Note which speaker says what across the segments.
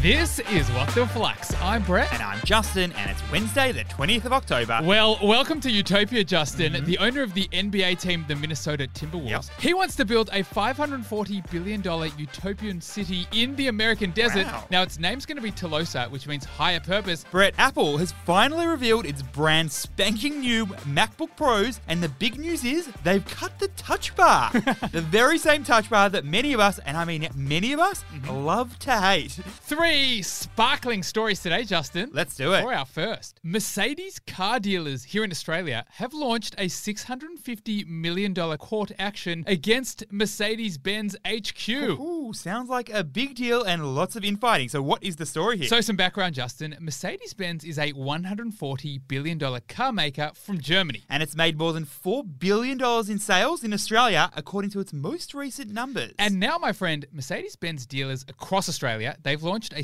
Speaker 1: This is What the Flux. I'm Brett.
Speaker 2: And I'm Justin, and it's Wednesday, the 20th of October.
Speaker 1: Well, welcome to Utopia, Justin, the owner of the NBA team, the Minnesota Timberwolves.
Speaker 2: Mm-hmm. Yep.
Speaker 1: He wants to build a $540 billion utopian city in the American desert.
Speaker 2: Wow.
Speaker 1: Now, its name's going to be Tolosa, which means higher purpose.
Speaker 2: Brett, Apple has finally revealed its brand spanking new MacBook Pros, and the big news is they've cut the touch bar. the very same touch bar that many of us, and I mean many of us,
Speaker 1: Mm-hmm.
Speaker 2: love to hate.
Speaker 1: Three sparkling stories today, Justin.
Speaker 2: Let's do it.
Speaker 1: For our first, Mercedes car dealers here in Australia have launched a $650 million court action against Mercedes Benz HQ.
Speaker 2: Ooh, sounds like a big deal and lots of infighting. So, what is the story here?
Speaker 1: So, some background, Justin. Mercedes Benz is a $140 billion car maker from Germany.
Speaker 2: and it's made more than $4 billion in sales in Australia, according to its most recent numbers.
Speaker 1: And now, my friend, Mercedes Benz dealers across Australia, they've launched a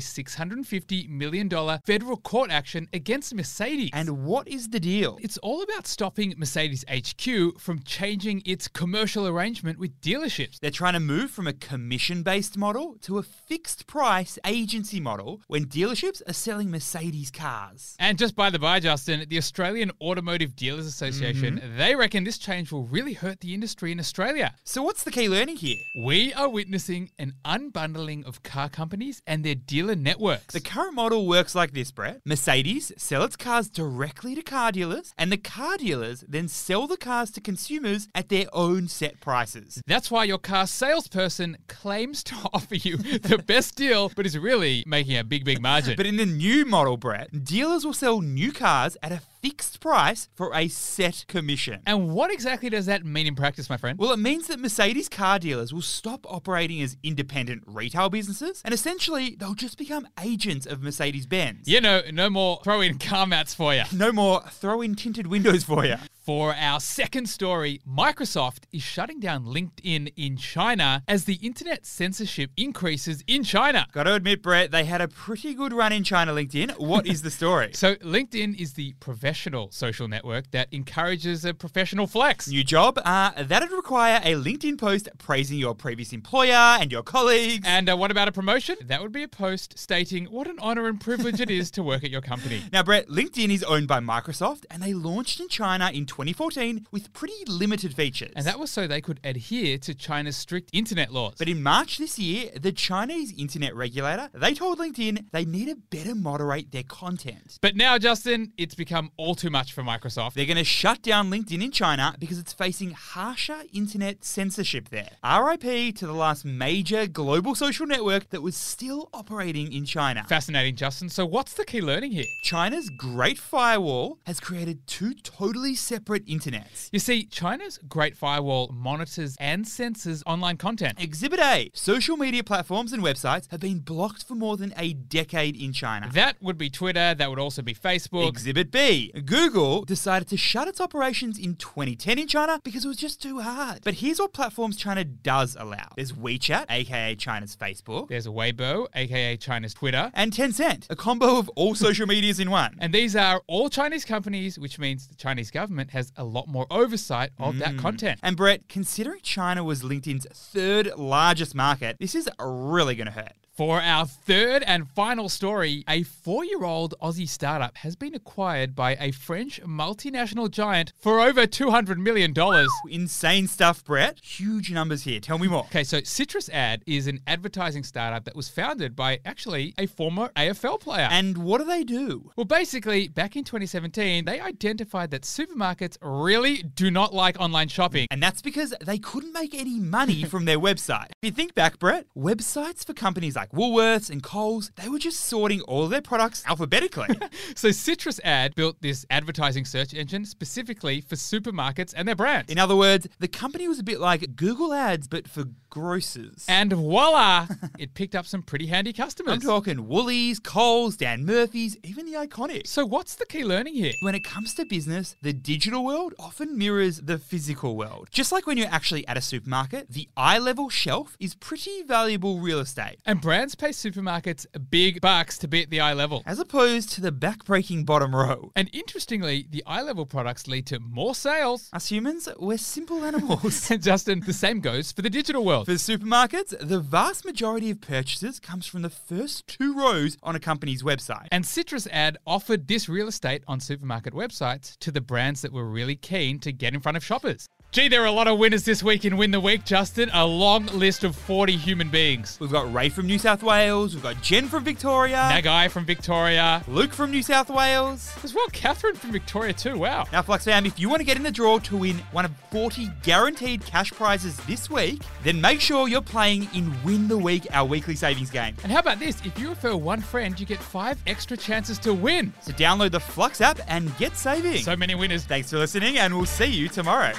Speaker 1: $650 million federal court action against Mercedes.
Speaker 2: and what is the deal?
Speaker 1: it's all about stopping Mercedes HQ from changing its commercial arrangement with dealerships.
Speaker 2: They're trying to move from a commission based model to a fixed price agency model when dealerships are selling Mercedes cars.
Speaker 1: And just by the by, Justin, the Australian Automotive Dealers Association, they reckon this change will really hurt the industry in Australia.
Speaker 2: So, what's the key learning here?
Speaker 1: We are witnessing an unbundling of car companies and their dealer networks.
Speaker 2: The current model works like this, Brett. Mercedes sell its cars directly to car dealers, and the car dealers then sell the cars to consumers at their own set prices.
Speaker 1: That's why your car salesperson claims to offer you the best deal, but is really making a big, big margin.
Speaker 2: But in the new model, Brett, dealers will sell new cars at a fixed price for a set commission.
Speaker 1: and what exactly does that mean in practice, my friend?
Speaker 2: Well, it means that Mercedes car dealers will stop operating as independent retail businesses and essentially they'll just become agents of Mercedes Benz.
Speaker 1: You know, no more throw in car mats for you.
Speaker 2: No more throw in tinted windows for you.
Speaker 1: For our second story, Microsoft is shutting down LinkedIn in China as the internet censorship increases in China.
Speaker 2: Gotta admit, Brett, they had a pretty good run in China LinkedIn. What is the story?
Speaker 1: So, LinkedIn is the professional social network that encourages a professional flex.
Speaker 2: New job? Uh, that'd require a LinkedIn post praising your previous employer and your colleagues.
Speaker 1: And uh, what about a promotion? That would be a post stating what an honor and privilege it is to work at your company.
Speaker 2: Now, Brett, LinkedIn is owned by Microsoft and they launched in China in 2014 with pretty limited features.
Speaker 1: And that was so they could adhere to China's strict internet laws.
Speaker 2: But in March this year, the Chinese internet regulator, they told LinkedIn they need to better moderate their content.
Speaker 1: But now, Justin, it's become all too much for Microsoft.
Speaker 2: They're going to shut down LinkedIn in China because it's facing harsher internet censorship there. RIP to the last major global social network that was still operating in China.
Speaker 1: Fascinating, Justin. So, what's the key learning here?
Speaker 2: China's Great Firewall has created two totally separate internets.
Speaker 1: You see, China's Great Firewall monitors and censors online content.
Speaker 2: Exhibit A social media platforms and websites have been blocked for more than a decade in China.
Speaker 1: That would be Twitter, that would also be Facebook.
Speaker 2: Exhibit B. Google decided to shut its operations in 2010 in China because it was just too hard. But here's what platforms China does allow there's WeChat, aka China's Facebook,
Speaker 1: There's Weibo, aka China's Twitter.
Speaker 2: and Tencent, a combo of all social medias in one.
Speaker 1: And these are all Chinese companies, which means the Chinese government has a lot more oversight of that content.
Speaker 2: And Brett, considering China was LinkedIn's third largest market, this is really going to hurt.
Speaker 1: For our third and final story, a four year old Aussie startup has been acquired by a French multinational giant for over $200 million.
Speaker 2: Insane stuff, Brett. Huge numbers here. Tell me more.
Speaker 1: Okay, so Citrus Ad is an advertising startup that was founded by actually a former AFL player.
Speaker 2: And what do they do?
Speaker 1: well, basically, back in 2017, they identified that supermarkets really do not like online shopping.
Speaker 2: And that's because they couldn't make any money from their website. If you think back, Brett, websites for companies like Woolworths and Coles, they were just sorting all their products alphabetically.
Speaker 1: So Citrus Ad built this advertising search engine specifically for supermarkets and their brands.
Speaker 2: In other words, the company was a bit like Google Ads, but for grocers.
Speaker 1: And voila, it picked up some pretty handy customers.
Speaker 2: I'm talking Woolies, Coles, Dan Murphy's, even the iconics.
Speaker 1: So what's the key learning here?
Speaker 2: When it comes to business, the digital world often mirrors the physical world. Just like when you're actually at a supermarket, the eye level shelf is pretty valuable real estate.
Speaker 1: And brands pay supermarkets big bucks to be at the eye level.
Speaker 2: as opposed to the backbreaking bottom row.
Speaker 1: And interestingly, the eye level products lead to more sales.
Speaker 2: Us humans, we're simple animals.
Speaker 1: And Justin, the same goes for the digital world. world.
Speaker 2: For supermarkets, the vast majority of purchases comes from the first two rows on a company's website.
Speaker 1: And Citrus Ad offered this real estate on supermarket websites to the brands that were really keen to get in front of shoppers. Gee, there are a lot of winners this week in Win the Week, Justin. A long list of 40 human beings.
Speaker 2: We've got Ray from New South Wales, we've got Jen from Victoria,
Speaker 1: Nagai from Victoria.
Speaker 2: Luke from New South Wales.
Speaker 1: As well, Catherine from Victoria, too. Wow.
Speaker 2: Now, Flux fam, if you want to get in the draw to win one of 40 guaranteed cash prizes this week, then make sure you're playing in Win the Week, our weekly savings game.
Speaker 1: And how about this? If you refer one friend, you get five extra chances to win.
Speaker 2: So download the Flux app and get saving.
Speaker 1: So many winners.
Speaker 2: Thanks for listening, and we'll see you tomorrow.